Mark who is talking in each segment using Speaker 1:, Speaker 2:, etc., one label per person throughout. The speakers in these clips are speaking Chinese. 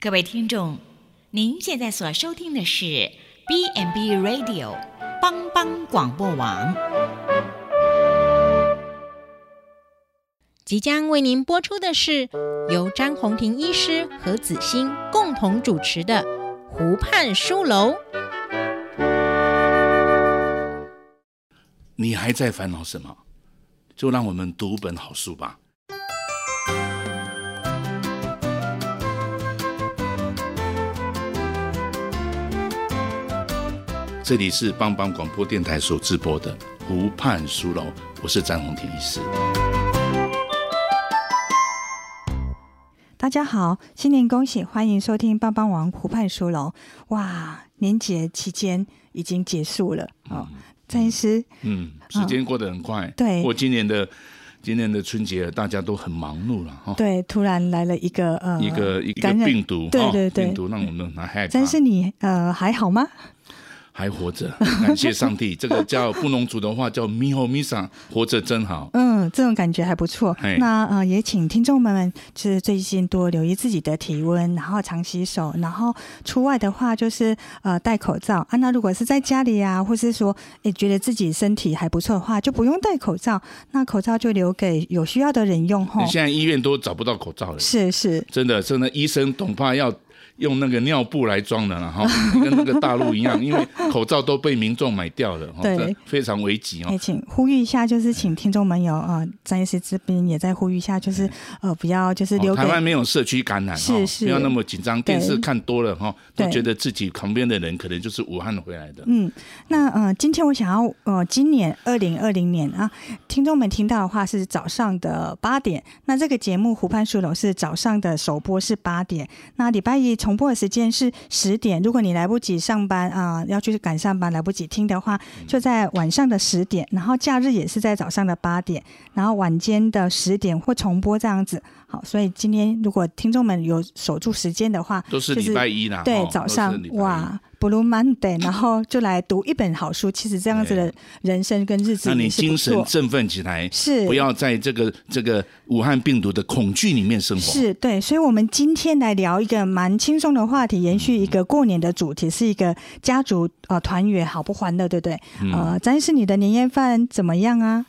Speaker 1: 各位听众，您现在所收听的是 B n B Radio 帮帮广播网，
Speaker 2: 即将为您播出的是由张红平医师和子欣共同主持的《湖畔书楼》。
Speaker 3: 你还在烦恼什么？就让我们读本好书吧。这里是帮帮广播电台所直播的《湖畔书楼》，我是张宏庭医师。
Speaker 4: 大家好，新年恭喜！欢迎收听《帮帮王湖畔书楼》。哇，年节期间已经结束了哦。张医师，
Speaker 3: 嗯，时间过得很快。
Speaker 4: 对
Speaker 3: 我今年的今年的春节大家都很忙碌了哈。
Speaker 4: 对，突然来了一个呃，
Speaker 3: 一个一个
Speaker 4: 感染
Speaker 3: 病毒，啊
Speaker 4: 对
Speaker 3: 哈
Speaker 4: 对对
Speaker 3: 病毒让我们很害怕
Speaker 4: 张医，师你呃还好吗？
Speaker 3: 还活着， 感谢上帝。这个叫布农族的话叫咪吼咪桑，活着真好。
Speaker 4: 嗯，这种感觉还不错
Speaker 3: 嘿。
Speaker 4: 那呃，也请听众们就是最近多留意自己的体温，然后常洗手，然后出外的话就是呃戴口罩啊。那如果是在家里啊，或是说诶觉得自己身体还不错的话，就不用戴口罩，那口罩就留给有需要的人用吼
Speaker 3: 你。现在医院都找不到口罩了，
Speaker 4: 是是，
Speaker 3: 真的，真的，医生恐怕要用那个尿布来装的了哈，跟那个大陆一 样，因为口罩都被民众买掉了，哈，
Speaker 4: 对哎
Speaker 3: 这非常危急
Speaker 4: 也
Speaker 3: 哦。
Speaker 4: 请呼吁一下，就是请听众朋友呃，张医师这边也在呼吁一下，就是呃不要就是留
Speaker 3: 哦
Speaker 4: 给
Speaker 3: 台湾没有社区感染，
Speaker 4: 是
Speaker 3: 哈
Speaker 4: 是
Speaker 3: 不要那么紧张。
Speaker 4: 对
Speaker 3: 电视看多了哈，
Speaker 4: 对
Speaker 3: 都觉得自己旁边的人可能就是武汉回来的。
Speaker 4: 嗯，那呃，今天我想要呃，今年二零二零年啊，听众们听到的话是早上的八点，那这个节目《湖畔书楼》是早上的首播是八点，那礼拜一重播的时间是十点。如果你来不及上班啊、要去赶上班来不及听的话，
Speaker 3: 嗯
Speaker 4: 就在晚上的十点，然后假日也是在早上的八点，然后晚间的十点或重播这样子。好，所以今天如果听众们有守住时间的话，
Speaker 3: 都是
Speaker 4: 就
Speaker 3: 礼拜一啦，
Speaker 4: 对
Speaker 3: 哈，
Speaker 4: 早
Speaker 3: 啊哦都
Speaker 4: 上
Speaker 3: 是礼拜一。
Speaker 4: 哇 ，Blue Monday，然后就来读一本好书。其实这样子的人生跟日子
Speaker 3: 让你
Speaker 4: 也是不
Speaker 3: 精神
Speaker 4: 错，
Speaker 3: 振奋起来，
Speaker 4: 是
Speaker 3: 不要在这个这个武汉病毒的恐惧里面生活。
Speaker 4: 是对。所以，我们今天来聊一个蛮轻松的话题，延续一个过年的主题，是一个家族呃团圆好不欢乐，对不对？
Speaker 3: 嗯
Speaker 4: 呃，詹是你的年夜饭怎么样啊？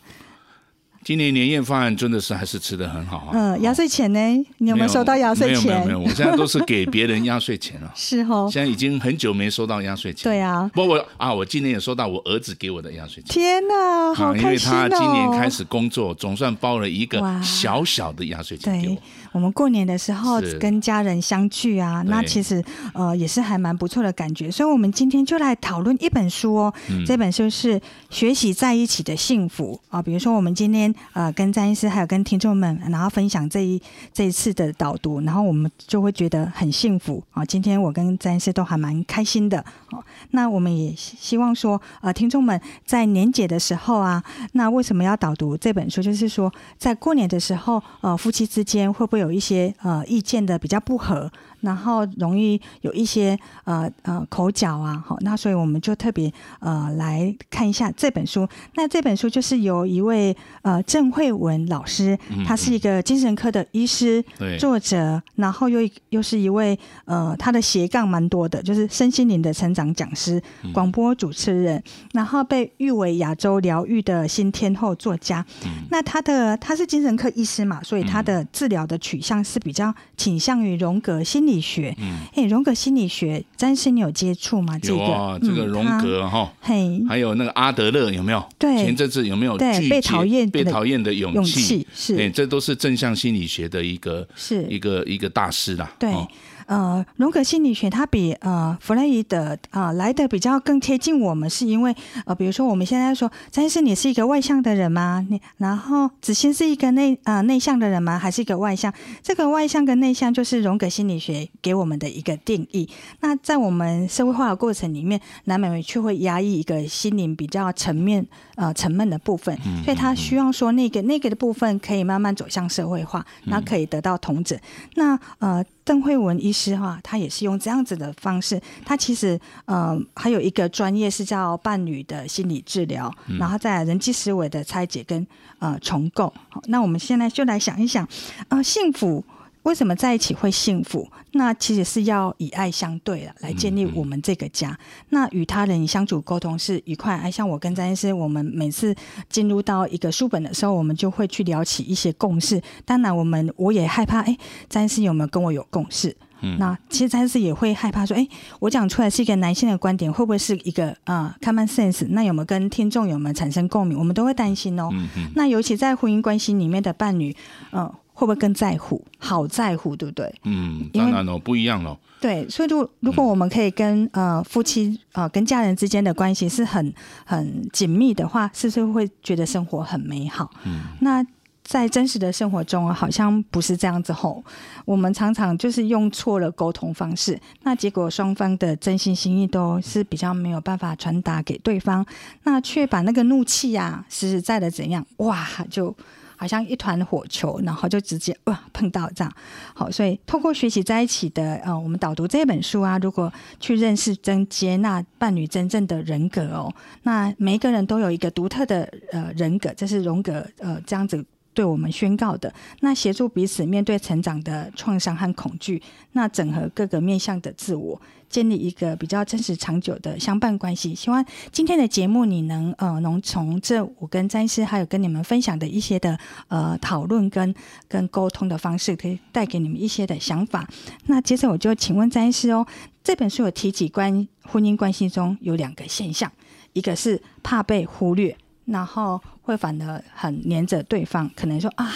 Speaker 3: 今年年夜饭真的是还是吃的很好啊。
Speaker 4: 嗯，压岁钱呢？你有没有收到压岁
Speaker 3: 没有没有
Speaker 4: 钱。
Speaker 3: 没？有，我现在都是给别人压岁钱了
Speaker 4: 是 哦，
Speaker 3: 现在已经很久没收到压岁钱。
Speaker 4: 对啊。
Speaker 3: 不，我啊，我今年也收到我儿子给我的压岁钱。
Speaker 4: 天哪，好
Speaker 3: 啊，因为
Speaker 4: 开心
Speaker 3: 他
Speaker 4: 哦！
Speaker 3: 今年开始工作，总算包了一个
Speaker 4: 哇
Speaker 3: 小小的压岁钱给
Speaker 4: 对
Speaker 3: 我。，
Speaker 4: 我们过年的时候
Speaker 3: 是
Speaker 4: 跟家人相聚啊，那
Speaker 3: 对
Speaker 4: 其实呃也是还蛮不错的感觉。所以，我们今天就来讨论一本书哦，
Speaker 3: 嗯
Speaker 4: 这本书是《学习在一起的幸福》啊。比如说，我们今天呃跟詹医师还有跟听众们，然后分享这一这一次的导读，然后我们就会觉得很幸福啊。今天我跟詹医师都还蛮开心的哦。那我们也希希望说，呃，听众们在年节的时候啊，那为什么要导读这本书？就是说，在过年的时候，呃，夫妻之间会不会有一些呃意见的比较不合，然后容易有一些呃呃口角啊？好，那所以我们就特别呃来看一下这本书。那这本书就是由一位呃郑慧文老师，他是一个精神科的医师，
Speaker 3: 嗯对
Speaker 4: 作者，然后又一又是一位呃，他的斜杠蛮多的，就是身心灵的成长讲师、
Speaker 3: 嗯
Speaker 4: 广播主持人，然后被誉为亚洲疗愈的新天后作家。
Speaker 3: 嗯
Speaker 4: 那他的他是精神科医师嘛，所以他的治疗的取向是比较倾向于荣格心理学。嗯，哎，荣格心理学，詹师你有接触吗？这
Speaker 3: 有
Speaker 4: 个、
Speaker 3: 啊，这个
Speaker 4: 嗯
Speaker 3: 荣，格哈，
Speaker 4: 他嘿，
Speaker 3: 还有那个阿德勒有没有？
Speaker 4: 对
Speaker 3: 前阵子有没有
Speaker 4: 对
Speaker 3: 拒绝
Speaker 4: 被讨厌
Speaker 3: 被
Speaker 4: 的
Speaker 3: 讨厌的勇
Speaker 4: 勇气是
Speaker 3: 对，哎这都是正向心理学的一个
Speaker 4: 是
Speaker 3: 一个一个大师啦。
Speaker 4: 对
Speaker 3: 哦，
Speaker 4: 呃，荣格心理学它比呃弗洛伊德啊、呃来的比较更贴近我们，是因为呃，比如说我们现在说，詹医师你是一个外向的人吗？你然后子欣是一个内呃内向的人吗？还是一个外向？这个外向跟内向就是荣格心理学给我们的一个定义。那在我们社会化的过程里面，难免却会压抑一个心灵比较沉面呃沉闷的部分，所以他希望说那个那个的部分可以慢慢走向社会化，然后可以得到同整。那呃，邓慧文医师哈，他也是用这样子的方式，他其实呃还有一个专业是叫伴侣的心理治疗，然后再来人际思维的拆解跟呃重构。好，那我们现在就来想一想，呃，幸福。为什么在一起会幸福？那其实是要以爱相对了，来建立我们这个家。那与他人相处沟通是愉快。哎，像我跟詹医师，我们每次进入到一个书本的时候，我们就会去聊起一些共识。当然，我们我也害怕，哎，詹医师有没有跟我有共识？那其实詹士也会害怕说，哎，我讲出来是一个男性的观点，会不会是一个啊、呃、common sense？那有没有跟听众有没有产生共鸣？我们都会担心哦。那尤其在婚姻关系里面的伴侣，嗯、呃，会不会更在乎？好在乎，对不对？
Speaker 3: 嗯，
Speaker 4: 因为
Speaker 3: 当然喽，不一样喽。
Speaker 4: 对，所以如果如果我们可以跟呃夫妻呃跟家人之间的关系是很很紧密的话，是不是会觉得生活很美好？嗯，那在真实的生活中好像不是这样子吼，我们常常就是用错了沟通方式，那结果双方的真心心意都是比较没有办法传达给对方，那却把那个怒气呀、实实在在的怎样哇就。好像一团火球，然后就直接哇碰到这样。好，所以透过学习在一起的，呃，我们导读这本书啊，如果去认识真接纳伴侣真正的人格哦，那每一个人都有一个独特的呃人格，这是荣格呃这样子。对我们宣告的，那协助彼此面对成长的创伤和恐惧，那整合各个面向的自我，建立一个比较真实长久的相伴关系。希望今天的节目你能呃，能从这我跟詹医师还有跟你们分享的一些的呃讨论跟跟沟通的方式，可以带给你们一些的想法。那接着我就请问詹医师哦，这本书有提及关婚姻关系中有两个现象，一个是怕被忽略，然后会反而很黏着对方，可能说啊，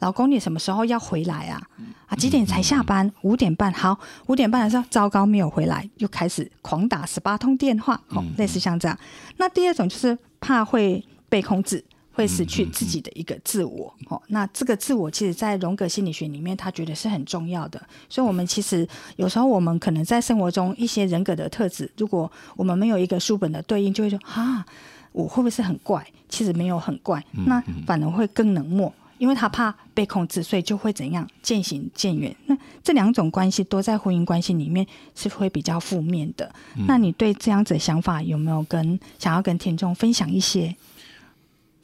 Speaker 4: 老公你什么时候要回来啊？啊，几点才下班？五点半，好，五点半的时候，糟糕，没有回来，又开始狂打十八通电话，哦，类似像这样。那第二种就是怕会被控制。会失去自己的一个自我，哦，那这个自我其实，在荣格心理学里面，他觉得是很重要的。所以，我们其实有时候我们可能在生活中一些人格的特质，如果我们没有一个书本的对应，就会说啊，我会不会是很怪？其实没有很怪，那反而会更冷漠，因为他怕被控制，所以就会怎样渐行渐远。那这两种关系都在婚姻关系里面是会比较负面的。
Speaker 3: 嗯
Speaker 4: 那你对这样子的想法有没有跟想要跟听众分享一些？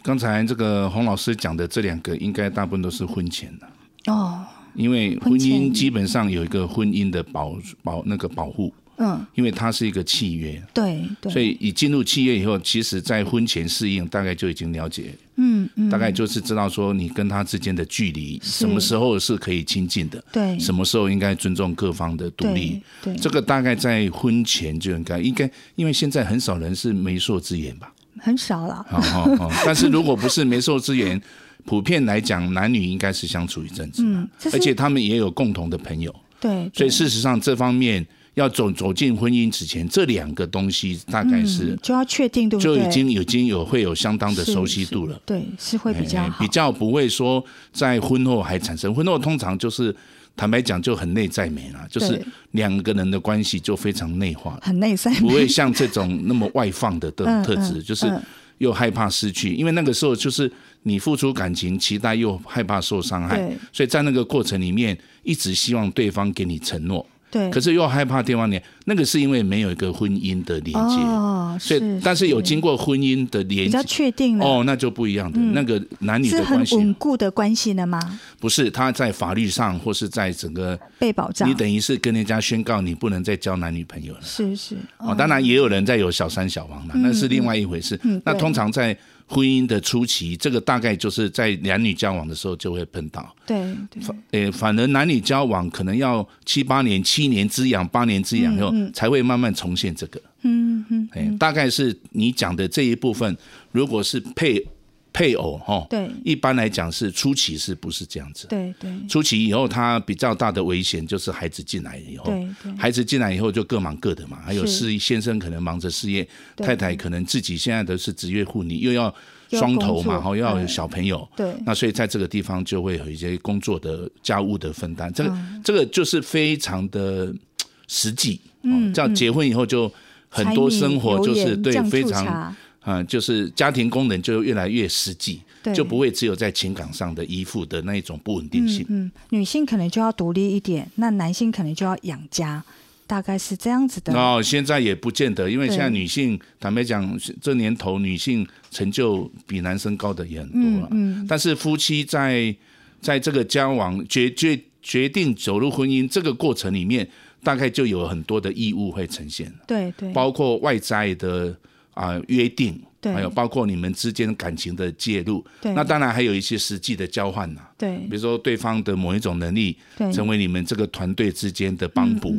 Speaker 3: 刚才这个洪老师讲的这两个，应该大部分都是婚前的，
Speaker 4: 哦，
Speaker 3: 因为婚
Speaker 4: 婚前
Speaker 3: 姻基本上有一个婚姻的保保那个保护，
Speaker 4: 嗯，
Speaker 3: 因为它是一个契约，
Speaker 4: 对对，
Speaker 3: 所以你进入契约以后，其实在婚前适应大概就已经了解，
Speaker 4: 嗯嗯，
Speaker 3: 大概就是知道说你跟他之间的距离，什么时候是可以亲近的，
Speaker 4: 对
Speaker 3: 什么时候应该尊重各方的独立，
Speaker 4: 对，对
Speaker 3: 这个大概在婚前就应该应该，因为现在很少人是媒妁之言吧。
Speaker 4: 很少了。
Speaker 3: 好好 好，但是如果不是媒妁之言，普遍来讲，男女应该是相处一阵子，
Speaker 4: 嗯，这是
Speaker 3: 而且他们也有共同的朋友，
Speaker 4: 对，
Speaker 3: 所以
Speaker 4: 对
Speaker 3: 事实上这方面要走走进婚姻之前，这两个东西大概是
Speaker 4: 嗯就要确定，对不
Speaker 3: 就
Speaker 4: 对？
Speaker 3: 已经已经有会有相当的
Speaker 4: 是
Speaker 3: 熟悉度了。
Speaker 4: 对，是会比较
Speaker 3: 哎
Speaker 4: 好，
Speaker 3: 比较不会说在婚后还产生婚后通常就是坦白讲就很内在美啦，就是
Speaker 4: 对
Speaker 3: 两个人的关系就非常内化了，
Speaker 4: 很内在，
Speaker 3: 不会像这种那么外放的这种
Speaker 4: 嗯
Speaker 3: 特质，
Speaker 4: 嗯
Speaker 3: 就是
Speaker 4: 嗯
Speaker 3: 又害怕失去，因为那个时候就是你付出感情，期待又害怕受伤害
Speaker 4: 对，
Speaker 3: 所以在那个过程里面，一直希望对方给你承诺，
Speaker 4: 对，
Speaker 3: 可
Speaker 4: 是
Speaker 3: 是又害怕对方连那个是因为没有一个婚姻的连接，
Speaker 4: 哦，
Speaker 3: 所以但是有经过婚姻的
Speaker 4: 比
Speaker 3: 连接
Speaker 4: 较。确定了，
Speaker 3: 哦，那就不一样的，那个男女
Speaker 4: 是
Speaker 3: 的
Speaker 4: 很
Speaker 3: 关系啊
Speaker 4: 稳固的关系了吗？
Speaker 3: 不是他在法律上或是在整个，
Speaker 4: 被保障
Speaker 3: 你，等于是跟人家宣告你不能再交男女朋友了。
Speaker 4: 是是，
Speaker 3: 哦，当然也有人在有小三小王啦，那是另外一回事。
Speaker 4: 嗯
Speaker 3: 那
Speaker 4: 对
Speaker 3: 通常在婚姻的初期，这个大概就是在男女交往的时候就会碰到。
Speaker 4: 对对，
Speaker 3: 诶，反而男女交往可能要七八年、七年之痒、八年之痒以后，才会慢慢重现这个。
Speaker 4: 嗯嗯，
Speaker 3: 诶，大概是你讲的这一部分，如果是配配偶哈，
Speaker 4: 对
Speaker 3: 一般来讲是初期是不是这样子？
Speaker 4: 对对
Speaker 3: 初期以后，他比较大的危险就是孩子进来以后，
Speaker 4: 对对
Speaker 3: 孩子进来以后就各忙各的嘛，还有
Speaker 4: 是
Speaker 3: 事先生可能忙着事业，
Speaker 4: 对
Speaker 3: 太太可能自己现在的是职业妇女，又要双头嘛，
Speaker 4: 又要工作
Speaker 3: 哈，又要有
Speaker 4: 嗯
Speaker 3: 小朋友，
Speaker 4: 对，
Speaker 3: 那所以在这个地方就会有一些工作的家务的分担，这个、
Speaker 4: 嗯
Speaker 3: 这个就是非常的嘖实际，嗯，这样结婚以后就很多
Speaker 4: 柴米
Speaker 3: 生活
Speaker 4: 油
Speaker 3: 就是
Speaker 4: 盐
Speaker 3: 对
Speaker 4: 酱
Speaker 3: 非
Speaker 4: 醋
Speaker 3: 常
Speaker 4: 茶
Speaker 3: 啊、就是家庭功能就越来越实际
Speaker 4: 对，
Speaker 3: 就不会只有在情感上的依附的那一种不稳定性。
Speaker 4: 嗯，女性可能就要独立一点，那男性可能就要养家，大概是这样子的，
Speaker 3: 哦，现在也不见得，因为
Speaker 4: 对
Speaker 3: 现在女性，坦白讲，这年头女性成就比男生高的也很多了。啊
Speaker 4: 嗯嗯
Speaker 3: 但是夫妻在在这个交往决决决定走入婚姻这个过程里面，大概就有很多的义务会呈现，
Speaker 4: 对对
Speaker 3: 包括外在的啊、约定，
Speaker 4: 对
Speaker 3: 还有包括你们之间感情的介入，
Speaker 4: 对
Speaker 3: 那当然还有一些实际的交换呐、啊
Speaker 4: 对
Speaker 3: 比如说对方的某一种能力，
Speaker 4: 对
Speaker 3: 成为你们这个团队之间的帮补，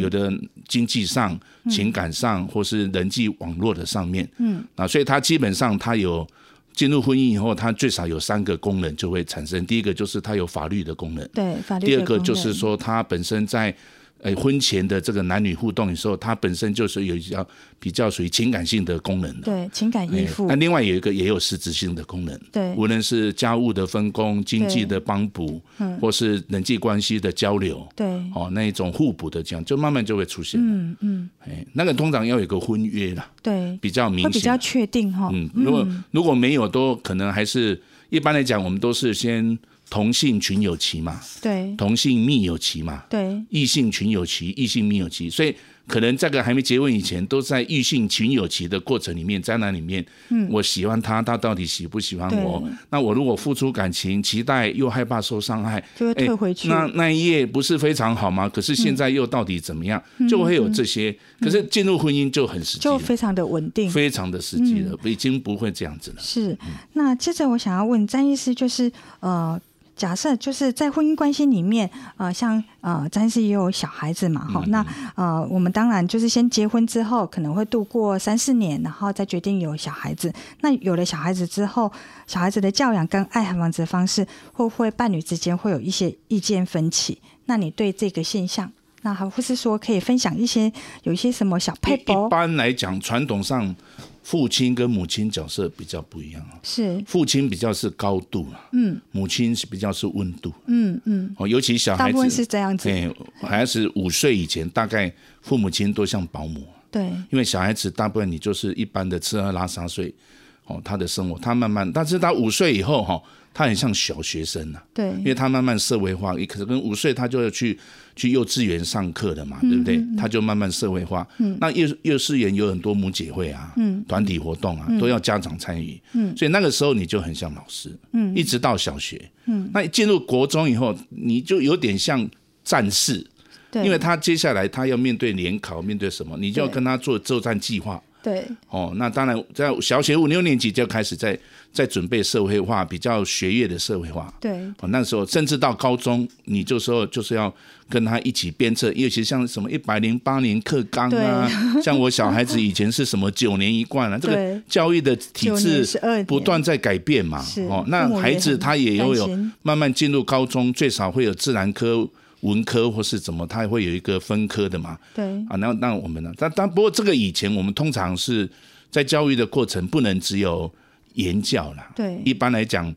Speaker 3: 有的经济上、情感上，或是人际网络的上面，嗯，啊，所以它基本上它有进入婚姻以后，它最少有三个功能就会产生。第一个就是它有法律的功能，
Speaker 4: 对法律
Speaker 3: 第
Speaker 4: 的
Speaker 3: 二个
Speaker 4: 功
Speaker 3: 就是
Speaker 4: 能
Speaker 3: 说它本身在。呃，婚前的这个男女互动的时候，它本身就是有一些比较属于情感性的功能的。
Speaker 4: 对情感
Speaker 3: 哎
Speaker 4: 依附
Speaker 3: 那，另外有一个也有实质性的功能，
Speaker 4: 对
Speaker 3: 无论是家务的分工、经济的帮补，
Speaker 4: 嗯
Speaker 3: 或是人际关系的交流，
Speaker 4: 对
Speaker 3: 哦，那一种互补的这样，就慢慢就会出现。嗯嗯，哎，那个通常要有个婚约啦，
Speaker 4: 对，
Speaker 3: 比较明显。
Speaker 4: 会比较确定哈。
Speaker 3: 嗯，如果如果没有，都可能还是一般来讲，我们都是先同性群友期嘛，
Speaker 4: 对
Speaker 3: 同性密友期嘛，
Speaker 4: 对
Speaker 3: 异性群友期、异性密友期，所以可能这个还没结婚以前，都在异性群友期的过程里面，在那里面，嗯，我喜欢他，他到底喜不喜欢我
Speaker 4: 对？
Speaker 3: 那我如果付出感情，期待又害怕受伤害，
Speaker 4: 就会退回去
Speaker 3: 那那一页不是非常好吗？可是现在又到底怎么样？就会有这些。可是进入婚姻就很实际
Speaker 4: 嗯就
Speaker 3: 了，
Speaker 4: 非嗯常的稳定。
Speaker 3: 非常的实际了，已经不会这样子了。
Speaker 4: 是，那接着我想要问詹医师，就是呃，假设就是在婚姻关系里面，呃，像呃，詹医师也有小孩子嘛，
Speaker 3: 嗯
Speaker 4: 哈、那呃，我们当然就是先结婚之后，可能会度过三四年，然后再决定有小孩子。那有了小孩子之后，小孩子的教养跟爱孩房子的方式，会不会伴侣之间会有一些意见分歧？那你对这个现象，那还或是说可以分享一些有一些什么小
Speaker 3: 一
Speaker 4: 配
Speaker 3: 一
Speaker 4: 博？
Speaker 3: 般来讲，传统上父亲跟母亲角色比较不一样啊。
Speaker 4: 是，
Speaker 3: 父亲比较是高度了，嗯，母亲是比较是温度，
Speaker 4: 嗯嗯，
Speaker 3: 哦，尤其小
Speaker 4: 大
Speaker 3: 孩
Speaker 4: 部分是
Speaker 3: 子，
Speaker 4: 这样子，
Speaker 3: 哎，孩子五岁以前，大概父母亲都像保姆，
Speaker 4: 对
Speaker 3: 因为小孩子大部分你就是一般的吃喝拉撒睡，哦，他的生活他慢慢，但是他五岁以后哈、他很像小学生啊呐、
Speaker 4: 对，
Speaker 3: 因为他慢慢社会化，也可能五岁他就要去去幼稚园上课了嘛，对不对？他就慢慢社会化。那幼幼稚园有很多母姐会啊，团体活动啊，都要家长参与。所以那个时候你就很像老师，一直到小学。那进入国中以后，你就有点像战士，
Speaker 4: 对，
Speaker 3: 因为他接下来他要面对联考，面对什么，你就要跟他做作战计划。
Speaker 4: 对
Speaker 3: 哦，那当然，在小学五六年级就开始在在准备社会化，比较学业的社会化。
Speaker 4: 对
Speaker 3: 哦，那时候甚至到高中，你就时候就是要跟他一起鞭策，尤其像什么一百零八年课纲啊， 像我小孩子以前是什么九年一贯啊，这个
Speaker 4: 对
Speaker 3: 教育的体
Speaker 4: 九
Speaker 3: 制
Speaker 4: 年十二年
Speaker 3: 不断在改变嘛
Speaker 4: 是。
Speaker 3: 哦，
Speaker 4: 父
Speaker 3: 那
Speaker 4: 母也
Speaker 3: 孩子
Speaker 4: 很
Speaker 3: 他也会
Speaker 4: 担
Speaker 3: 有
Speaker 4: 心
Speaker 3: 慢慢进入高中，最少会有自然科、文科或是怎么，他会有一个分科的嘛。
Speaker 4: 对
Speaker 3: 啊，那那我们呢？但但不过这个以前我们通常是在教育的过程，不能只有言教啦。
Speaker 4: 对
Speaker 3: 一般来讲，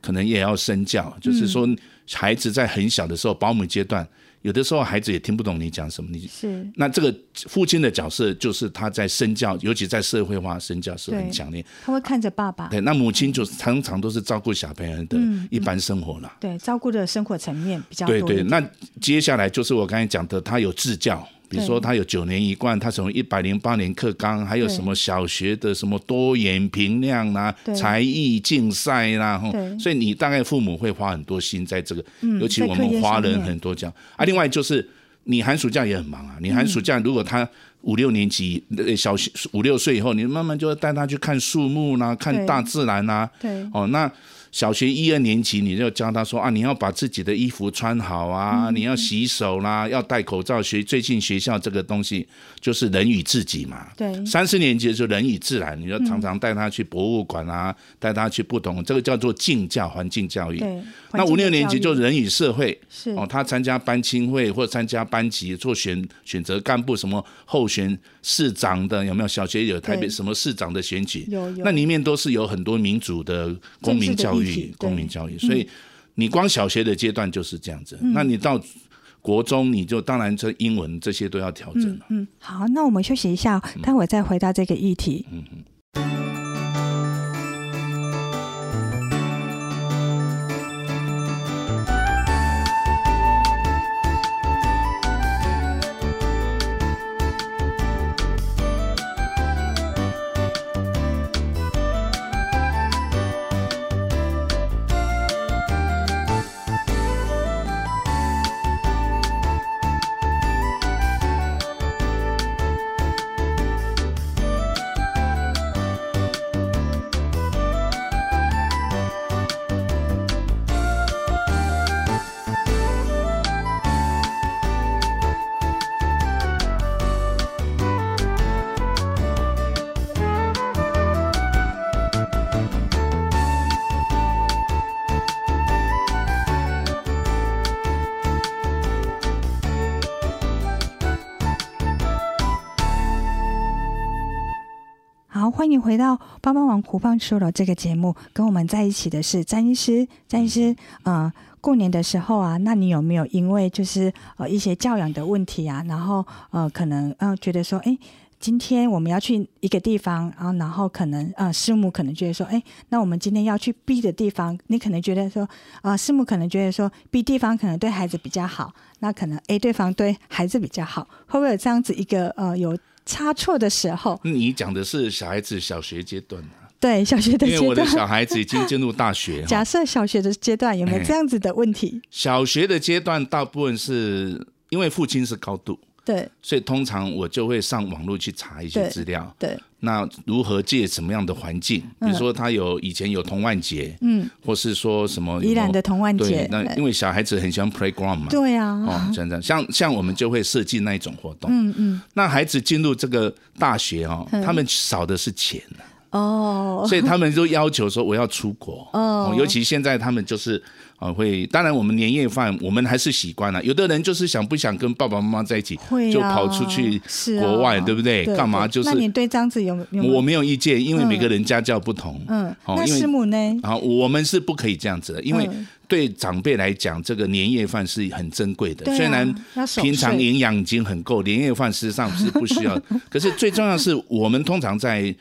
Speaker 3: 可能也要身教，就是说孩子在很小的时候，保姆阶段，有的时候孩子也听不懂你讲什么，你。
Speaker 4: 是，
Speaker 3: 那这个父亲的角色就是他在身教，尤其在社会化身教是很
Speaker 4: 对
Speaker 3: 强烈。
Speaker 4: 他会看着爸爸，
Speaker 3: 对，那母亲就是常常都是照顾小朋友的一般生活啦。
Speaker 4: 对照顾的生活层面比较多
Speaker 3: 对
Speaker 4: 一
Speaker 3: 对，
Speaker 4: 点，
Speaker 3: 那接下来就是我刚才讲的，他有自教，比如说他有九年一贯，他从一百零八年课纲，还有
Speaker 4: 对
Speaker 3: 什么小学的什么多元评量啦、
Speaker 4: 对
Speaker 3: 才艺竞赛啦、吼
Speaker 4: 对嗯
Speaker 3: 所以你大概父母会花很多心在这个，尤其
Speaker 4: 在
Speaker 3: 我
Speaker 4: 课
Speaker 3: 们
Speaker 4: 业
Speaker 3: 华
Speaker 4: 上
Speaker 3: 人
Speaker 4: 面
Speaker 3: 很多讲啊。另外就是你寒暑假也很忙啊，你寒暑假如果他。五六年级，呃小学五六岁以后，你慢慢就要带他去看树木啦、看
Speaker 4: 对
Speaker 3: 大自然啦、
Speaker 4: 对
Speaker 3: 哦，那小学一二年级你就教他说啊，你要把自己的衣服穿好啊，
Speaker 4: 嗯
Speaker 3: 你要洗手啦，要戴口罩。学最近学校这个东西就是人与自己嘛。
Speaker 4: 对
Speaker 3: 三四年级就人与自然，你就常常带他去博物馆啊，带他去不同，这个叫做境教、环境教育。
Speaker 4: 嗯对，
Speaker 3: 那
Speaker 4: 环
Speaker 3: 五
Speaker 4: 境
Speaker 3: 六
Speaker 4: 的
Speaker 3: 年级
Speaker 4: 教
Speaker 3: 就
Speaker 4: 育
Speaker 3: 人与社会，
Speaker 4: 是
Speaker 3: 哦，他参加班亲会或参加班级做选选择干部，什么候选市长的有没有？小学有台北
Speaker 4: 对
Speaker 3: 什么市长的选举，
Speaker 4: 有有
Speaker 3: 那里面都是有很多民主的公民教
Speaker 4: 政治的
Speaker 3: 育
Speaker 4: 议题，嗯
Speaker 3: 公民教育，所以你光小学的阶段就是这样子，那你到国中你就当然这英文这些都要调整了。
Speaker 4: 嗯，好，那我们休息一下哦，
Speaker 3: 嗯
Speaker 4: 待会再回到这个议题。后欢迎回到帮帮忙湖畔书楼这个节目，跟我们在一起的是詹医师，詹医师，呃，过年的时候啊，那你有没有因为就是呃一些教养的问题啊，然后呃可能呃觉得说，哎。今天我们要去一个地方，然后然后可能呃师母可能觉得说，哎，那我们今天要去 B 的地方，你可能觉得说，啊、师母可能觉得说 B 地方可能对孩子比较好，那可能 A 对方对孩子比较好，会不会有这样子一个呃有差错的时候？
Speaker 3: 你讲的是小孩子小学阶段啊，
Speaker 4: 对，小学的
Speaker 3: 因为
Speaker 4: 阶
Speaker 3: 我的
Speaker 4: 段，
Speaker 3: 小孩子已经进入大学 哈，
Speaker 4: 假设小学的阶段
Speaker 3: 哎
Speaker 4: 有没有这样子的问题？
Speaker 3: 小学的阶段大部分是因为父亲是高度，
Speaker 4: 对
Speaker 3: 所以通常我就会上网络去查一些
Speaker 4: 对
Speaker 3: 资料。
Speaker 4: 对，
Speaker 3: 那如何借什么样的环境？
Speaker 4: 嗯
Speaker 3: 比如说他有以前有童万节，嗯，或是说什么有没有
Speaker 4: 宜兰的童万
Speaker 3: 对
Speaker 4: 节，，
Speaker 3: 那因为小孩子很喜欢 playground 嘛，
Speaker 4: 对啊，
Speaker 3: 哦，真的，像像我们就会设计那一种活动，嗯嗯。那孩子进入这个大学哦，
Speaker 4: 嗯
Speaker 3: 他们少的是钱啊
Speaker 4: 哦，
Speaker 3: 所以他们就要求说我要出国。
Speaker 4: 哦
Speaker 3: 尤其现在他们就是呃会，当然我们年夜饭我们还是习惯了，有的人就是想不想跟爸爸妈妈在一起，
Speaker 4: 会啊
Speaker 3: 就跑出去
Speaker 4: 是啊
Speaker 3: 国外，对不对？
Speaker 4: 对
Speaker 3: 干嘛
Speaker 4: 对
Speaker 3: 就是
Speaker 4: 那你对这样子有有没有
Speaker 3: 我没有意见，因为每个人家教不同。
Speaker 4: 嗯，
Speaker 3: 哦
Speaker 4: 那
Speaker 3: 因为
Speaker 4: 师母呢？
Speaker 3: 啊，我们是不可以这样子的，因为
Speaker 4: 嗯
Speaker 3: 对长辈来讲，这个年夜饭是很珍贵的。
Speaker 4: 对啊
Speaker 3: 虽然
Speaker 4: 要守岁
Speaker 3: 平常营养已经很够，年夜饭事实上是不需 要的。可是最重要的是，我们通常在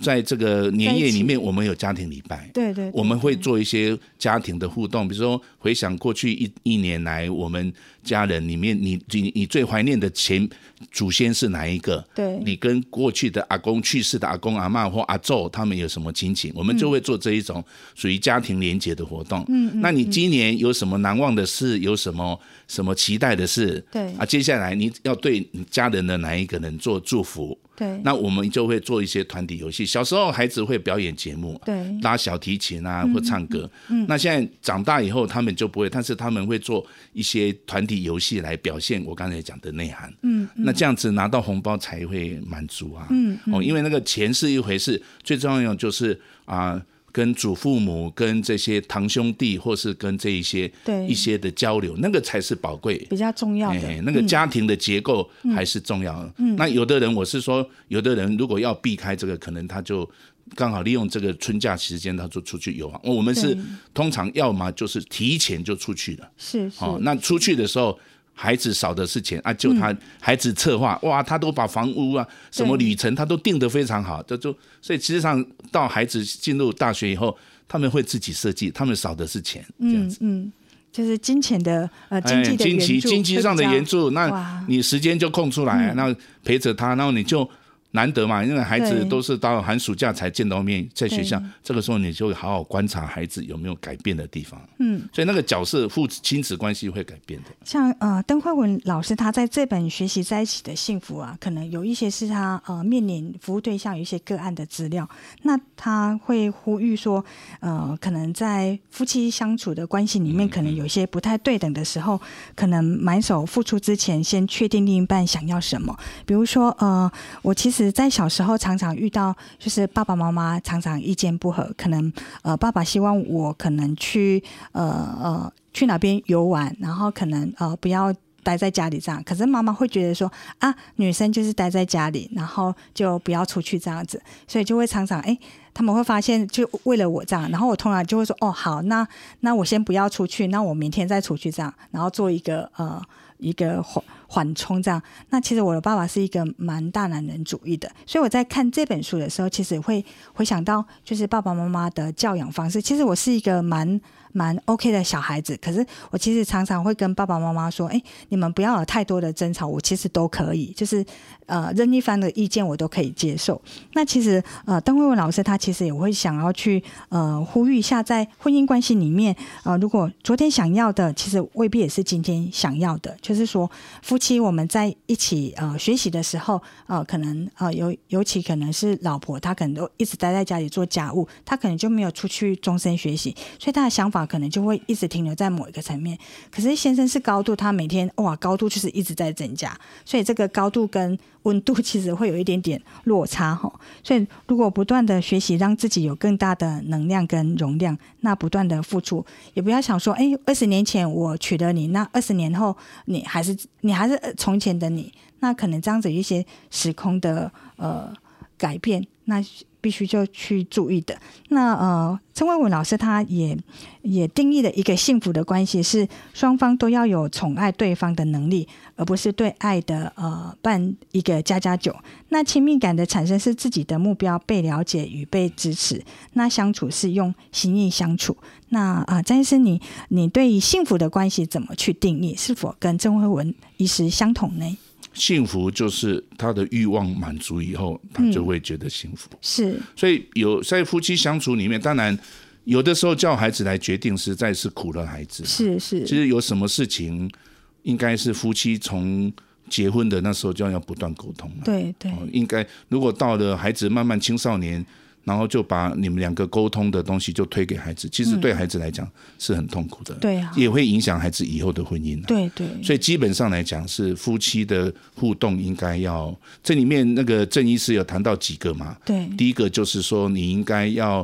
Speaker 3: 在这个年夜里面，我们有家庭礼拜。
Speaker 4: 对对，
Speaker 3: 我们会做一些家庭的互动，比如说回想过去一一年来，我们家人里面，你你你最怀念的前祖先是哪一个？
Speaker 4: 对
Speaker 3: 你跟过去的阿公去世的阿公阿嬷或阿昼他们有什么亲情？我们就会做这一种属于家庭联结的活动。嗯，那你今年有什么难忘的事？有什么什么期待的事？
Speaker 4: 对
Speaker 3: 啊，接下来你要对你家人的哪一个人做祝福？
Speaker 4: 对
Speaker 3: 那我们就会做一些团体游戏。小时候孩子会表演节目，
Speaker 4: 对
Speaker 3: 拉小提琴啊或唱歌。那现在长大以后他们就不会，但是他们会做一些团体游戏来表现我刚才讲的内涵。嗯，那这样子拿到红包才会满足啊。嗯，哦，因为那个钱是一回事，最重要的就是啊。跟祖父母、跟这些堂兄弟，或是跟这一些
Speaker 4: 对
Speaker 3: 一些的交流，那个才是宝贵。
Speaker 4: 比较重要
Speaker 3: 哎
Speaker 4: 的，嗯
Speaker 3: 那个家庭的结构还是重要的。那有的人，我是说，有的人如果要避开这个，可能他就刚好利用这个春假时间，他就出去游玩。哦我们是
Speaker 4: 对
Speaker 3: 通常要么就是提前就出去了，
Speaker 4: 是是，
Speaker 3: 哦，那出去的时候。孩子少的是钱啊，就
Speaker 4: 嗯
Speaker 3: 他孩子策划、哇，他都把房屋啊、什么旅程他都定得非常好，这就所以实际上到孩子进入大学以后，他们会自己设计，他们少的是钱，这样子。哎
Speaker 4: 嗯，就是金钱的呃经济的
Speaker 3: 经
Speaker 4: 援
Speaker 3: 济
Speaker 4: 助，
Speaker 3: 经济上的援
Speaker 4: 会比
Speaker 3: 助，
Speaker 4: 哇嗯
Speaker 3: 那你时间就空出来，那陪着他，然后你就难得嘛，因为孩子
Speaker 4: 对
Speaker 3: 都是到寒暑假才见到面，在学校，这个时候你就好好观察孩子有没有改变的地方。嗯，所以那个角色父子亲子关系会改变的。
Speaker 4: 较像呃邓慧文老师，他在这本《学习在一起的幸福》啊，可能有一些是他呃面临服务对象有一些个案的资料，那他会呼吁说，呃，可能在夫妻相处的关系里面，可能有一些不太对等的时候，可能买手付出之前，先确定另一半想要什么。比如说，呃，我其实，在小时候常常遇到，就是爸爸妈妈常常意见不合，可能呃，爸爸希望我可能去呃呃去哪边游玩，然后可能呃不要。待在家里这样，可是妈妈会觉得说啊，女生就是待在家里，然后就不要出去这样子，所以就会常常哎、他们会发现就为了我这样，然后我通常就会说哦好，那那我先不要出去，那我明天再出去这样，然后做一个呃一个缓缓冲这样。那其实我的爸爸是一个蛮大男人主义的，所以我在看这本书的时候，其实会回想到就是爸爸妈妈的教养方式。其实我是一个蛮蛮 OK 的小孩子，可是我其实常常会跟爸爸妈妈说，哎，你们不要有太多的争吵，我其实都可以，就是呃任一方的意见我都可以接受。那其实呃，邓慧文老师他其实也会想要去呃呼吁一下，在婚姻关系里面，呃，如果昨天想要的，其实未必也是今天想要的。就是说，夫妻我们在一起呃学习的时候，呃，可能呃尤尤其可能是老婆，她可能都一直待在家里做家务，她可能就没有出去终身学习，所以她的想法可能就会一直停留在某一个层面。可是先生是高度，他每天哇高度就是一直在增加，所以这个高度跟温度其实会有一点点落差哈。所以如果不断的学习，让自己有更大的能量跟容量，那不断的付出，也不要想说，哎，二十年前我娶了你，那二十年后你还是你还是呃从前的你，那可能这样子有一些时空的呃改变，那必须就去注意的。那呃，陈伟文老师他也也定义了一个幸福的关系是双方都要有宠爱对方的能力，而不是对爱的呃办一个加加酒。那亲密感的产生是自己的目标被了解与被支持，那相处是用心意相处。那啊、呃，詹医生你，你对于幸福的关系怎么去定义？是否跟郑慧文医师相同呢？
Speaker 3: 幸福就是他的欲望满足以后，他就会觉得幸福。
Speaker 4: 是
Speaker 3: 所以有在夫妻相处里面，当然有的时候叫孩子来决定，实在是苦了孩子。
Speaker 4: 是是
Speaker 3: 其实有什么事情，应该是夫妻从结婚的那时候就要不断沟通了。
Speaker 4: 对对，
Speaker 3: 哦，应该如果到了孩子慢慢青少年，然后就把你们两个沟通的东西就推给孩子，其实对孩子来讲是很痛苦的，
Speaker 4: 嗯对啊
Speaker 3: 也会影响孩子以后的婚姻、啊。
Speaker 4: 对对，
Speaker 3: 所以基本上来讲，是夫妻的互动应该要这里面那个郑医师有谈到几个嘛？
Speaker 4: 对
Speaker 3: 第一个就是说，你应该要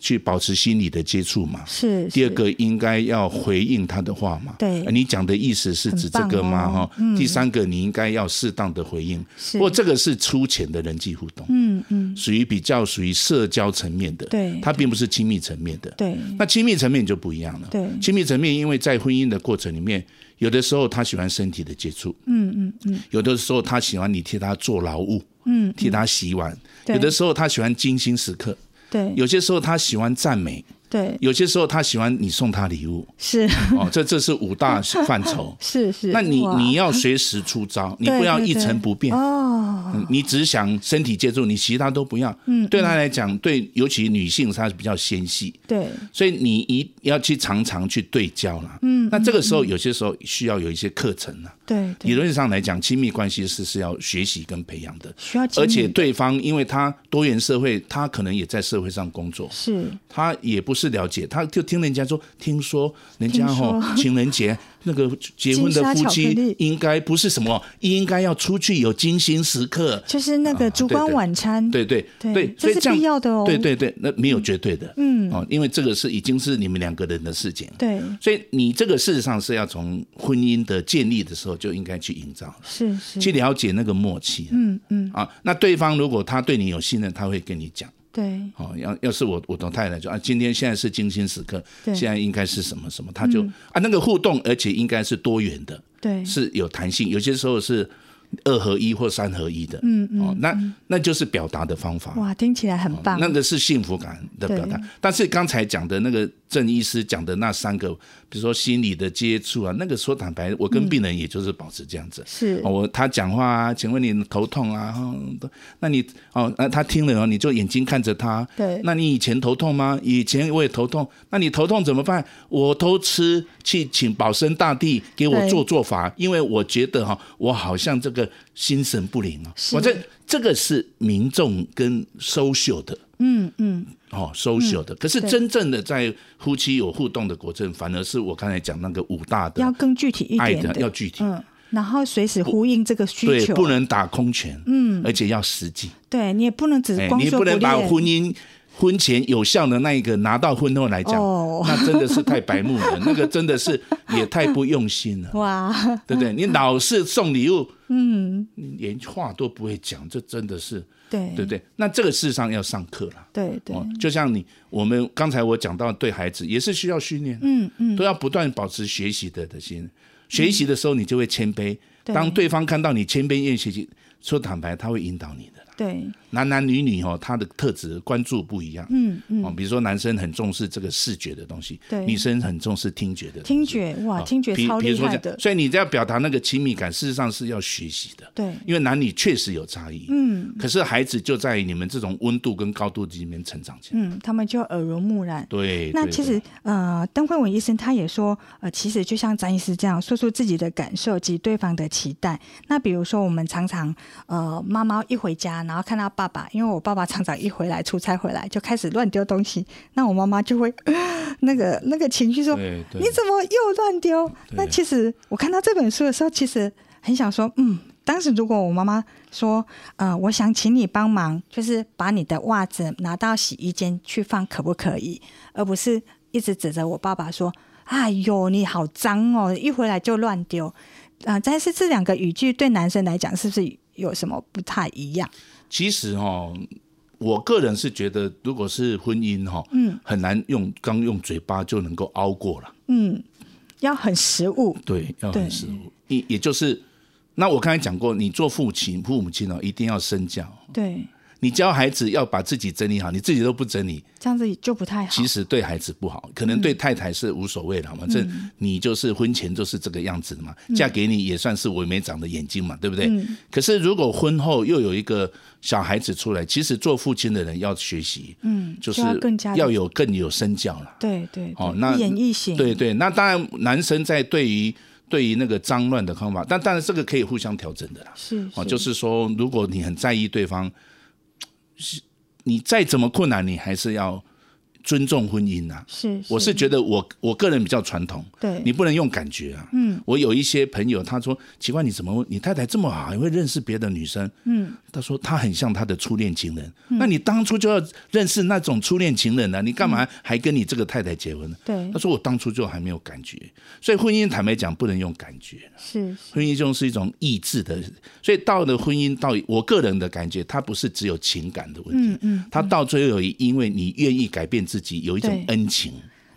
Speaker 3: 去保持心理的接触嘛。
Speaker 4: 是
Speaker 3: 第二，
Speaker 4: 是
Speaker 3: 个应该要回应他的话嘛？
Speaker 4: 对
Speaker 3: 呃你讲的意思是指这个吗？
Speaker 4: 很棒
Speaker 3: 哈、
Speaker 4: 哦
Speaker 3: 第三个你应该要适当的回应，
Speaker 4: 是
Speaker 3: 不过这个是粗浅的人际互动，
Speaker 4: 嗯嗯，
Speaker 3: 属于比较属于社交层面的，
Speaker 4: 对
Speaker 3: 它并不是亲密层面的。
Speaker 4: 对
Speaker 3: 那亲密层面就不一样了，
Speaker 4: 对
Speaker 3: 亲密层面因为在婚姻的过程里面，有的时候他喜欢身体的接触，嗯嗯嗯，有的时候他喜欢你替他做劳务，嗯，替他洗碗，
Speaker 4: 对
Speaker 3: 有的时候他喜欢精心时刻，
Speaker 4: 对
Speaker 3: 有些时候他喜欢赞美，
Speaker 4: 对，
Speaker 3: 有些时候他喜欢你送他礼物，
Speaker 4: 是。
Speaker 3: 哦，这这是五大范畴
Speaker 4: 是是。
Speaker 3: 那你
Speaker 4: 哇
Speaker 3: 你要随时出招，你
Speaker 4: 对
Speaker 3: 不要
Speaker 4: 对
Speaker 3: 一
Speaker 4: 对
Speaker 3: 成不变。
Speaker 4: 哦，
Speaker 3: 嗯你只想身体接触，你其他都不要。嗯，对他来讲，对，尤其女性她是比较纤细，
Speaker 4: 对
Speaker 3: 所以你一要去常常去对焦啦。嗯，那这个时候有些时候需要有一些课程啦。
Speaker 4: 对
Speaker 3: 理
Speaker 4: 对，
Speaker 3: 论上来讲，亲密关系是是要学习跟培养的，
Speaker 4: 需要经
Speaker 3: 而且
Speaker 4: 历
Speaker 3: 对方因为他多元社会，他可能也在社会上工作，
Speaker 4: 是
Speaker 3: 他也不是了解，他就听人家说，听说人家吼
Speaker 4: 听说
Speaker 3: 情人 节那个结婚的夫
Speaker 4: 金沙巧克
Speaker 3: 妻
Speaker 4: 力
Speaker 3: 应该不是什么，应该要出去有精心时刻。
Speaker 4: 就是那个烛
Speaker 3: 啊对
Speaker 4: 光
Speaker 3: 对
Speaker 4: 晚餐，
Speaker 3: 对对
Speaker 4: 对
Speaker 3: 对，
Speaker 4: 这
Speaker 3: 所以
Speaker 4: 是
Speaker 3: 这样
Speaker 4: 必要的哦
Speaker 3: 对对对，那没有绝对的，嗯哦，因为这个是已经是你们两个人的事情，
Speaker 4: 对
Speaker 3: 所以你这个事实上是要从婚姻的建立的时候就应该去营造，
Speaker 4: 是是，
Speaker 3: 去了解那个默契，嗯嗯啊，那对方如果他对你有信任，他会跟你讲。
Speaker 4: 对
Speaker 3: 哦，要要是我我的太太说啊，今天现在是精心时刻，
Speaker 4: 对
Speaker 3: 现在应该是什么什么，他就、啊那个互动，而且应该是多元的，
Speaker 4: 对
Speaker 3: 是有弹性，有些时候是二合一或三合一的，嗯嗯，哦，那那就是表达的方法，
Speaker 4: 哇，听起来很棒，
Speaker 3: 哦那个是幸福感的表达
Speaker 4: 对。
Speaker 3: 但是刚才讲的那个郑医师讲的那三个，比如说心理的接触啊，那个说坦白，我跟病人也就是保持这样子。
Speaker 4: 是
Speaker 3: 哦，我他讲话啊，请问你头痛啊？哦，那你哦，那他听了哦，你就眼睛看着他。
Speaker 4: 对
Speaker 3: 那你以前头痛吗？以前我也头痛。那你头痛怎么办？我偷吃去请保生大帝给我
Speaker 4: 对
Speaker 3: 做做法，因为我觉得哈、哦我好像这个心神不宁啊。
Speaker 4: 是
Speaker 3: 我这这个是民众跟 social 的。
Speaker 4: 嗯嗯，
Speaker 3: 哦，social 的，可是
Speaker 4: 对
Speaker 3: 真正的在夫妻有互动的国政，反而是我刚才讲那个五大的
Speaker 4: 要更具体一
Speaker 3: 爱
Speaker 4: 点
Speaker 3: 的要
Speaker 4: 的，
Speaker 3: 具体，
Speaker 4: 嗯，然后随时呼应这个需
Speaker 3: 对，
Speaker 4: 求，
Speaker 3: 不能打空拳，嗯，而且要实际，
Speaker 4: 对你也不能只
Speaker 3: 哎，
Speaker 4: 光
Speaker 3: 你
Speaker 4: 说
Speaker 3: 不能把
Speaker 4: 练
Speaker 3: 婚姻婚前有效的那一个拿到婚后来讲，
Speaker 4: 哦
Speaker 3: 那真的是太白目了，那个真的是也太不用心 了，
Speaker 4: 哇，
Speaker 3: 对不对？你老是送礼物，嗯，连话都不会讲，这真的是，
Speaker 4: 对
Speaker 3: 对不对？那这个事实上要上课了。
Speaker 4: 对对
Speaker 3: 哦，就像你我们刚才我讲到，对孩子也是需要训练，
Speaker 4: 嗯嗯，
Speaker 3: 都要不断保持学习的的心。学习的时候，你就会谦卑。
Speaker 4: 对
Speaker 3: 当对方看到你谦卑愿意学习，说坦白，他会引导你的啦。
Speaker 4: 对
Speaker 3: 男男女女哦，他的特质关注不一样。嗯嗯，哦，比如说男生很重视这个视觉的东西，
Speaker 4: 对
Speaker 3: 女生很重视听觉的东西
Speaker 4: 听觉哇，
Speaker 3: 哦
Speaker 4: 听觉
Speaker 3: 比
Speaker 4: 超
Speaker 3: 比如
Speaker 4: 厉
Speaker 3: 说
Speaker 4: 害
Speaker 3: 这样
Speaker 4: 的，
Speaker 3: 所以你在表达那个亲密感，事实上是要学习的。
Speaker 4: 对
Speaker 3: 因为男女确实有差异，嗯，可是孩子就在你们这种温度跟高度里面成长起来，
Speaker 4: 嗯，他们就耳濡目染。
Speaker 3: 对。
Speaker 4: 那
Speaker 3: 对
Speaker 4: 其
Speaker 3: 对
Speaker 4: 实，呃，邓慧文医生他也说，呃，其实就像詹医师这样，说出自己的感受及对方的期待。那比如说，我们常常，呃，妈妈一回家，然后看到爸爸，因为我爸爸常常一回来出差回来就开始乱丢东西，那我妈妈就会 那个那个情绪说，
Speaker 3: 对对
Speaker 4: 你怎么又乱丢？那其实我看到这本书的时候，其实很想说，嗯，当时如果我妈妈说，呃，我想请你帮忙，就是把你的袜子拿到洗衣间去放，可不可以？而不是一直指着我爸爸说，哎呦，你好脏哦，一回来就乱丢。啊、但是这两个语句对男生来讲，是不是有什么不太一样？
Speaker 3: 其实哦，我个人是觉得，如果是婚姻哈，嗯，很难用刚用嘴巴就能够熬过了。
Speaker 4: 嗯，要很实务，
Speaker 3: 对，要很实务。也也就是，那我刚才讲过，你做父亲、父母亲哦，一定要身教。
Speaker 4: 对，
Speaker 3: 你教孩子要把自己整理好，你自己都不整理，
Speaker 4: 这样子就不太好。
Speaker 3: 其实对孩子不好，可能对
Speaker 4: 嗯
Speaker 3: 太太是无所谓了，反正你就是婚前就是这个样子的嘛，
Speaker 4: 嗯
Speaker 3: 嫁给你也算是我没长的眼睛嘛，对不对？可是如果婚后又有一个小孩子出来，其实做父亲的人要学习，嗯，就是
Speaker 4: 就要更加地
Speaker 3: 要有更有身教了。
Speaker 4: 对对，对
Speaker 3: 哦那
Speaker 4: 一言一行，
Speaker 3: 对对，那当然男生在对于对于那个脏乱的看法，但当然这个可以互相调整的啦。
Speaker 4: 是
Speaker 3: 哦，就是说，如果你很在意对方，是你再怎么困难，你还是要尊重婚姻啊。
Speaker 4: 是，
Speaker 3: 我是觉得我我个人比较传统，
Speaker 4: 对
Speaker 3: 你不能用感觉啊。嗯，我有一些朋友，他说奇怪，你怎么你太太这么好，还会认识别的女生？嗯，他说她很像她的初恋情人，那你当初就要认识那种初恋情人啊，你干嘛还跟你这个太太结婚呢？
Speaker 4: 对
Speaker 3: 他说我当初就还没有感觉，所以婚姻坦白讲不能用感觉，
Speaker 4: 是是
Speaker 3: 婚姻就是一种意志的，所以到了婚姻，到我个人的感觉，它不是只有情感的问题，嗯嗯，它到最后因为你愿意改变自己，有一种
Speaker 4: 对
Speaker 3: 恩情。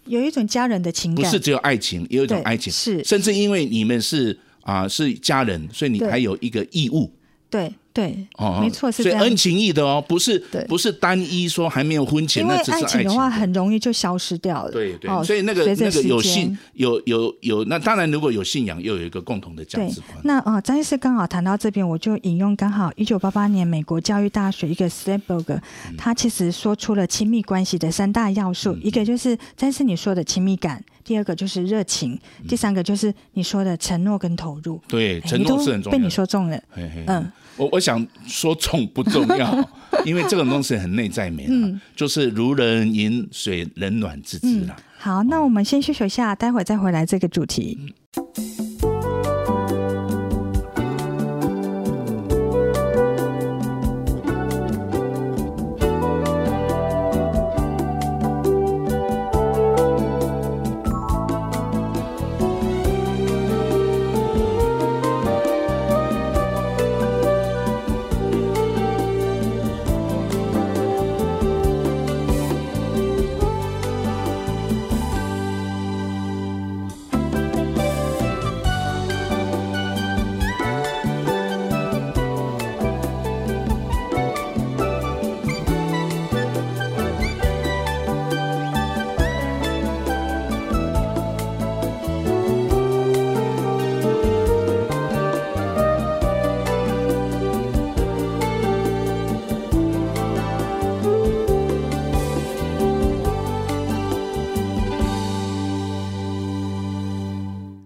Speaker 4: 有一种家人的情
Speaker 3: 不
Speaker 4: 感，
Speaker 3: 是只有爱情，也有一种
Speaker 4: 对
Speaker 3: 爱情，
Speaker 4: 是
Speaker 3: 甚至因为你们是啊、是家人，所以你
Speaker 4: 对
Speaker 3: 还有一个义务
Speaker 4: 对对，
Speaker 3: 哦，
Speaker 4: 没错是
Speaker 3: 所
Speaker 4: 这
Speaker 3: 以
Speaker 4: 样
Speaker 3: 恩。情义的哦，不是
Speaker 4: 对
Speaker 3: 不是单一说还没有婚前
Speaker 4: 因为
Speaker 3: 那只是
Speaker 4: 爱情
Speaker 3: 情
Speaker 4: 的话，很容易就消失掉了。
Speaker 3: 对对，
Speaker 4: 哦
Speaker 3: 所以那个
Speaker 4: 随着
Speaker 3: 那个
Speaker 4: 时
Speaker 3: 有
Speaker 4: 间
Speaker 3: 信有有有，那当然如果有信仰，又有一个共同的价
Speaker 4: 对
Speaker 3: 值观，。
Speaker 4: 那啊、呃张医师刚好谈到这边，我就引用刚好一九八八年美国教育大学一个 Steinberg，他
Speaker 3: 嗯
Speaker 4: 其实说出了亲密关系的三大要素，一个就是张医师你说的亲密感，第二个就是热情，第三个就是你说的承诺跟投入。
Speaker 3: 对，
Speaker 4: 哎
Speaker 3: 嗯承
Speaker 4: 你
Speaker 3: 诺
Speaker 4: 都
Speaker 3: 是很重
Speaker 4: 被
Speaker 3: 要
Speaker 4: 你
Speaker 3: 的。
Speaker 4: 说中了，
Speaker 3: 嘿嘿，
Speaker 4: 嗯
Speaker 3: 嗯，我我想说重不重 要，因为这种东西很内在美
Speaker 4: 嗯
Speaker 3: 啦，就是如人饮水，冷暖自知啦。
Speaker 4: 好，那我们先休息一下，待会儿再回来这个主题。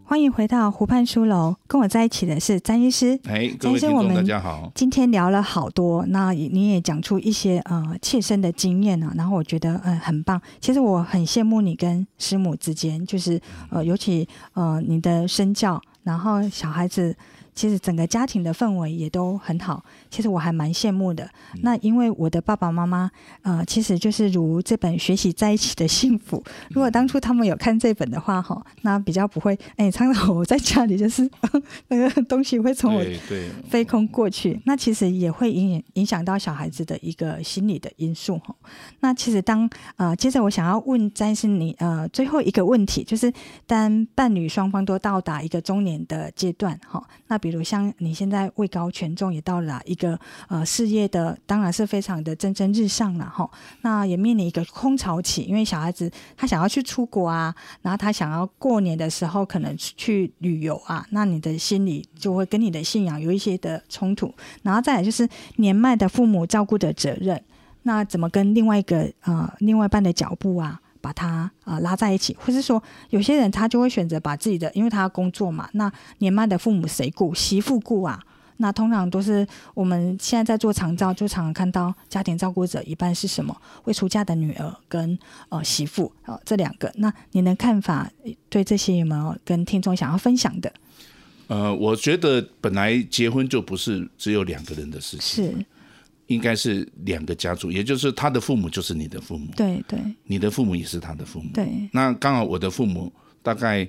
Speaker 4: 欢迎回到湖畔书楼，跟我在一起的是詹医师。
Speaker 3: 哎，各位听
Speaker 4: 先嗯我
Speaker 3: 众
Speaker 4: 们
Speaker 3: 大家好，
Speaker 4: 今天聊了好多，那你也讲出一些呃切身的经验啊，然后我觉得呃很棒。其实我很羡慕你跟师母之间，就是呃尤其呃你的身教，然后小孩子。其实整个家庭的氛围也都很好，其实我还蛮羡慕的。那因为我的爸爸妈妈，呃，其实就是如这本《学习在一起的幸福》，如果当初他们有看这本的话，哈，那比较不会，哎，常常我在家里就是呃那个东西会从我
Speaker 3: 对对，
Speaker 4: 飞空过去，那其实也会影影响到小孩子的一个心理的因素哈。那其实当呃，接着我想要问詹士你呃最后一个问题，就是当伴侣双方都到达一个中年的阶段哈，那比如像你现在位高权重，也到了一个呃事业的，当然是非常的蒸蒸日上了哈。那也面临一个空巢期，因为小孩子他想要去出国啊，然后他想要过年的时候可能去旅游啊，那你的心理就会跟你的信仰有一些的冲突，然后再来就是年迈的父母照顾的责任，那怎么跟另外一个呃另外一半的脚步啊？把它呃拉在一起，或是说有些人他就会选择把自己的，因为他要工作嘛，那年迈的父母谁顾？媳妇顾啊，那通常都是我们现在在做长照，就常常看到家庭照顾者一般是什么未出嫁的女儿跟呃媳妇呃这两个。那你的看法呃对这些有没有跟听众想要分享的？
Speaker 3: 呃，我觉得本来结婚就不是只有两个人的事情，
Speaker 4: 是
Speaker 3: 应该是两个家族，也就是他的父母就是你的父母，
Speaker 4: 对对
Speaker 3: 你的父母也是他的父母。
Speaker 4: 对，
Speaker 3: 那刚好我的父母大概，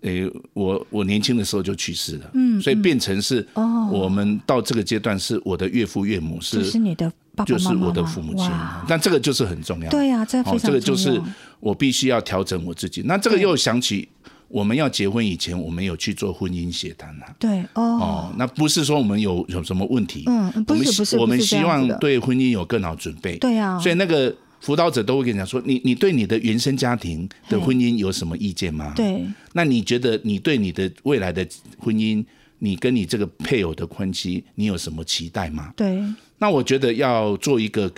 Speaker 3: 诶、我我年轻的时候就去
Speaker 4: 嗯
Speaker 3: 世了，嗯，所以变成是我们到这个阶段是我的岳父岳母
Speaker 4: 哦就是是你的爸爸
Speaker 3: 就
Speaker 4: 妈
Speaker 3: 是
Speaker 4: 妈
Speaker 3: 我的
Speaker 4: 吗
Speaker 3: 父母亲
Speaker 4: 哇，
Speaker 3: 但这个就是很重要。
Speaker 4: 对呀、这非
Speaker 3: 哦，
Speaker 4: 常重要、
Speaker 3: 这个就是我必须要调整我自己。那这个又想起我们要结婚以前，我们有去做婚姻协谈啊。
Speaker 4: 对哦，
Speaker 3: 哦，那不是说我们有有什么问题，
Speaker 4: 嗯，不
Speaker 3: 我们
Speaker 4: 是不是，
Speaker 3: 希我们
Speaker 4: 不是这
Speaker 3: 希
Speaker 4: 样
Speaker 3: 望
Speaker 4: 子的
Speaker 3: 对婚姻有更好准备。
Speaker 4: 对啊呀、
Speaker 3: 所以那个辅导者都会跟你讲说，你你对你的原生家庭的
Speaker 4: 嘿
Speaker 3: 婚姻有什么意见吗？，
Speaker 4: 对
Speaker 3: 那你觉得你对你的未来的婚姻，你跟你这个配偶的关系，你有什么期待吗？
Speaker 4: 对
Speaker 3: 那我觉得要做一个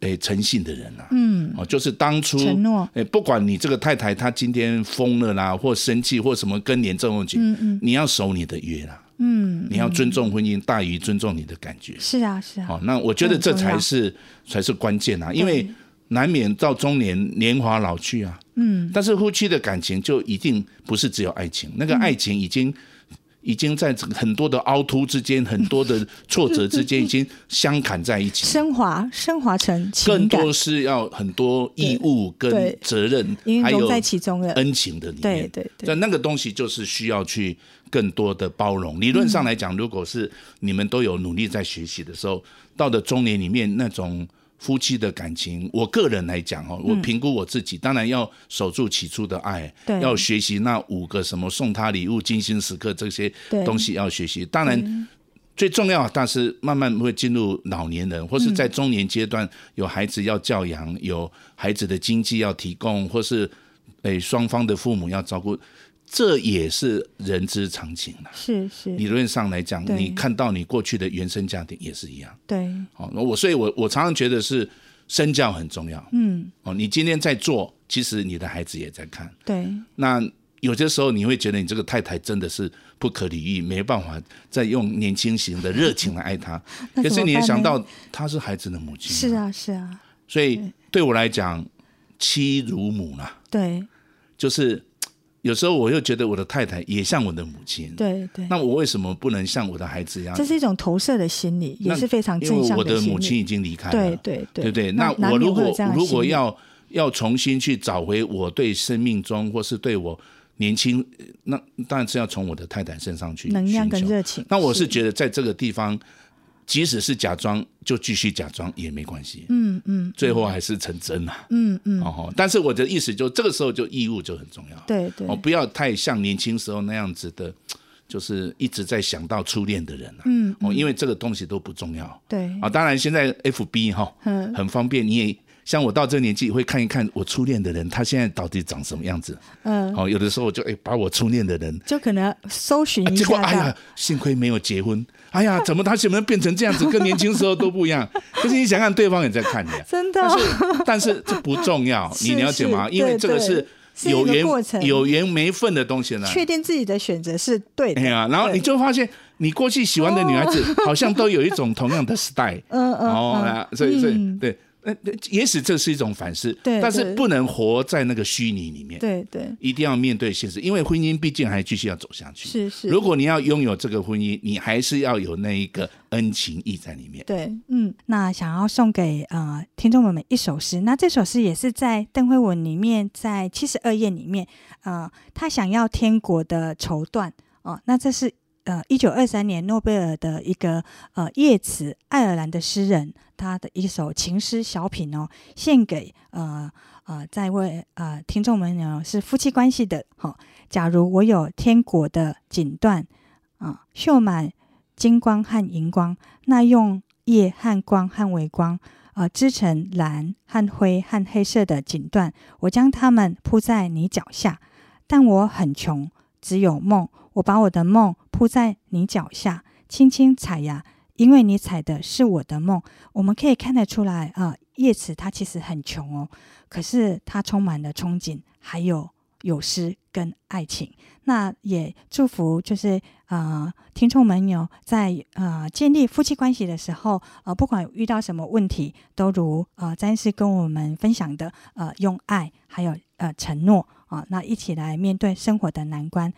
Speaker 3: 诶诚信的人啊，嗯，哦，就是当初
Speaker 4: 承诺
Speaker 3: 诶，不管你这个太太她今天疯了啦，或生气或什么更严重的问题，嗯嗯，你要守你的约啦，嗯，你要尊重婚姻大于尊重你的感觉，
Speaker 4: 是啊是啊，
Speaker 3: 哦，那我觉得这
Speaker 4: 这很重
Speaker 3: 才
Speaker 4: 要
Speaker 3: 是才是关键啊，因为难免到中年年华老去啊，嗯，但是夫妻的感情就一定不是只有爱情，那个
Speaker 4: 嗯
Speaker 3: 爱情已经。已经在这个很多的凹凸之间，很多 的挫折之间，已经相砍在一起。
Speaker 4: 升华升华成
Speaker 3: 更
Speaker 4: 情感，
Speaker 3: 多是要很多义务跟
Speaker 4: 对
Speaker 3: 责任
Speaker 4: 已，经
Speaker 3: 还
Speaker 4: 融
Speaker 3: 有
Speaker 4: 在其中了。
Speaker 3: 恩情的里
Speaker 4: 对
Speaker 3: 面。
Speaker 4: 对对
Speaker 3: 但那个东西就是需要去更多的包容。理论上来讲，如果是你们都有努力在学习的时候，到了中年里面那种。夫妻的感情，我个人来讲
Speaker 4: 嗯
Speaker 3: 哦，我评估我自己，当然要守住起初的爱，
Speaker 4: 对
Speaker 3: 要学习那五个什么送他礼物、精心时刻这些
Speaker 4: 对嗯
Speaker 3: 东西要学习。当然，最重要，但是慢慢会进入老年人，或
Speaker 4: 嗯
Speaker 3: 是在中年阶段，有孩子要教养，有孩子的经济要提供，或是诶双方的父母要照顾，这也是人之常情啦。
Speaker 4: 是是，
Speaker 3: 理论上来讲，
Speaker 4: 对
Speaker 3: 你看到你过去的原生家庭也是一样。
Speaker 4: 对
Speaker 3: 哦，那我所以我，我常常觉得是身教很重要。嗯，哦，你今天在做，其实你的孩子也在看。
Speaker 4: 对
Speaker 3: 那有些时候你会觉得你这个太太真的是不可理喻，没办法再用年轻型的热情来爱她。
Speaker 4: 那
Speaker 3: 可
Speaker 4: 怎
Speaker 3: 是
Speaker 4: 么
Speaker 3: 你也
Speaker 4: 办
Speaker 3: 想
Speaker 4: 呢
Speaker 3: 到她是孩子的母亲、
Speaker 4: 是，啊是啊，
Speaker 3: 所以对我来讲，妻如母啦，
Speaker 4: 对
Speaker 3: 就是嘖有时候我又觉得我的太太也像我的母亲。
Speaker 4: 对对，
Speaker 3: 那我为什么不能像我的孩子一样
Speaker 4: 这？是一种投射的心理，也
Speaker 3: 那
Speaker 4: 是非常
Speaker 3: 因
Speaker 4: 正
Speaker 3: 为
Speaker 4: 向
Speaker 3: 我的
Speaker 4: 心
Speaker 3: 母亲
Speaker 4: 理。
Speaker 3: 已经离开了，
Speaker 4: 对对
Speaker 3: 对
Speaker 4: 对，
Speaker 3: 不对？
Speaker 4: 那
Speaker 3: 那
Speaker 4: 难
Speaker 3: 我
Speaker 4: 免
Speaker 3: 如
Speaker 4: 会有
Speaker 3: 果
Speaker 4: 这样的
Speaker 3: 如果
Speaker 4: 心理
Speaker 3: 要要重新去找回我对生命中或是对我年轻，呃那当然是要从我的太太身上去
Speaker 4: 能量跟
Speaker 3: 寻求
Speaker 4: 热情，
Speaker 3: 那我是觉得在这个地方，即使是假装，就继续假装也没关系。嗯嗯，最后还是成真了、嗯嗯，哦，但是我的意思就这个时候就义务就很重要。
Speaker 4: 对对
Speaker 3: 哦，不要太像年轻时候那样子的，就是一直在想到初恋的人啊。嗯，哦，因为这个东西都不重要。
Speaker 4: 对
Speaker 3: 啊，当然现在 FB 哈，
Speaker 4: 嗯
Speaker 3: 很方便，你也。像我到这年纪，会看一看我初恋的人，他现在到底长什么样子。
Speaker 4: 嗯，
Speaker 3: 哦，有的时候我就哎、把我初恋的人
Speaker 4: 就可能搜寻
Speaker 3: 啊
Speaker 4: 一
Speaker 3: 结果
Speaker 4: 下
Speaker 3: 哎
Speaker 4: 这样，
Speaker 3: 呀，幸亏没有结婚。哎呀，怎么他怎么变成这样子，跟年轻时候都不 一样？可是你想想，对方也在看你、啊，
Speaker 4: 真的
Speaker 3: 但是但是这不重 要，
Speaker 4: 是
Speaker 3: 你了解吗？
Speaker 4: 是
Speaker 3: 因为这个
Speaker 4: 对
Speaker 3: 是
Speaker 4: 是
Speaker 3: 有
Speaker 4: 一个
Speaker 3: 缘
Speaker 4: 过程
Speaker 3: 有缘没份的东西呢。
Speaker 4: 确定自己的选择是对
Speaker 3: 哎
Speaker 4: 的，
Speaker 3: 呀，然后
Speaker 4: 对
Speaker 3: 你就发现，你过去喜欢的女孩子好像都有一种同样的 style，
Speaker 4: 嗯嗯
Speaker 3: 哦，
Speaker 4: 嗯
Speaker 3: 啊所以所以
Speaker 4: 嗯
Speaker 3: 对，那那也许这是一种反思，
Speaker 4: 对
Speaker 3: 但是
Speaker 4: 对
Speaker 3: 不能活在那个虚拟里面，
Speaker 4: 对对
Speaker 3: 一定要面对现实，因为婚姻毕竟还继续要走下去。
Speaker 4: 是是，
Speaker 3: 如果你要拥有这个婚姻，你还是要有那一个恩情义在里面。
Speaker 4: 对，嗯，那想要送给呃听众朋友们一首诗，那这首诗也是在邓慧文里面，在七十二页里面，呃，他想要天国的绸缎哦、那这是呃一九二三年诺贝尔的一个呃叶慈爱尔兰的诗人他的一首情诗小品哦，献给呃呃在位呃听众们呢是夫妻关系的，好、假如我有天国的锦缎啊、绣满金光和银光。那用夜和光和微光，呃，织成蓝和灰和黑色的锦缎，我将它们铺在你脚下。但我很穷，只有梦，我把我的梦铺在你脚下，轻轻踩呀，因为你踩的是我的梦。我们可以看得出来，啊、叶慈他其实很穷哦，可是他充满了憧憬，还有有诗跟爱情。那也祝福就是呃，听众们有在呃建立夫妻关系的时候，呃，不管遇到什么问题，都如呃詹士跟我们分享的，呃，用爱还有呃承诺啊，那一起来面对生活的难关。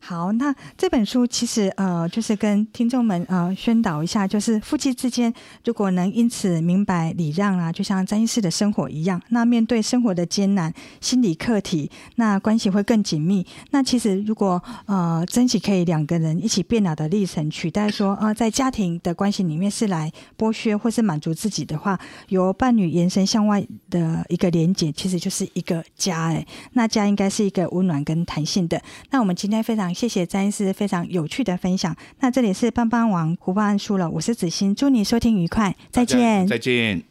Speaker 4: 好，那这本书其实呃，就是跟听众们呃宣导一下，就是夫妻之间如果能因此明白礼让啊，就像詹医师的生活一样，那面对生活的艰难、心理课题，那关系会更紧密。那其实如果呃珍惜可以两个人一起变老的历程，取代说啊、呃、在家庭的关系里面是来剥削或是满足自己的话，由伴侣延伸向外的一个连接，其实就是一个家哎、欸，那家应该是一个温暖跟弹性的。那我们今天非常谢谢詹医师非常有趣的分享。那这里是帮帮网胡办案书了，我是子欣，祝你收听愉快，再见，
Speaker 3: 再见。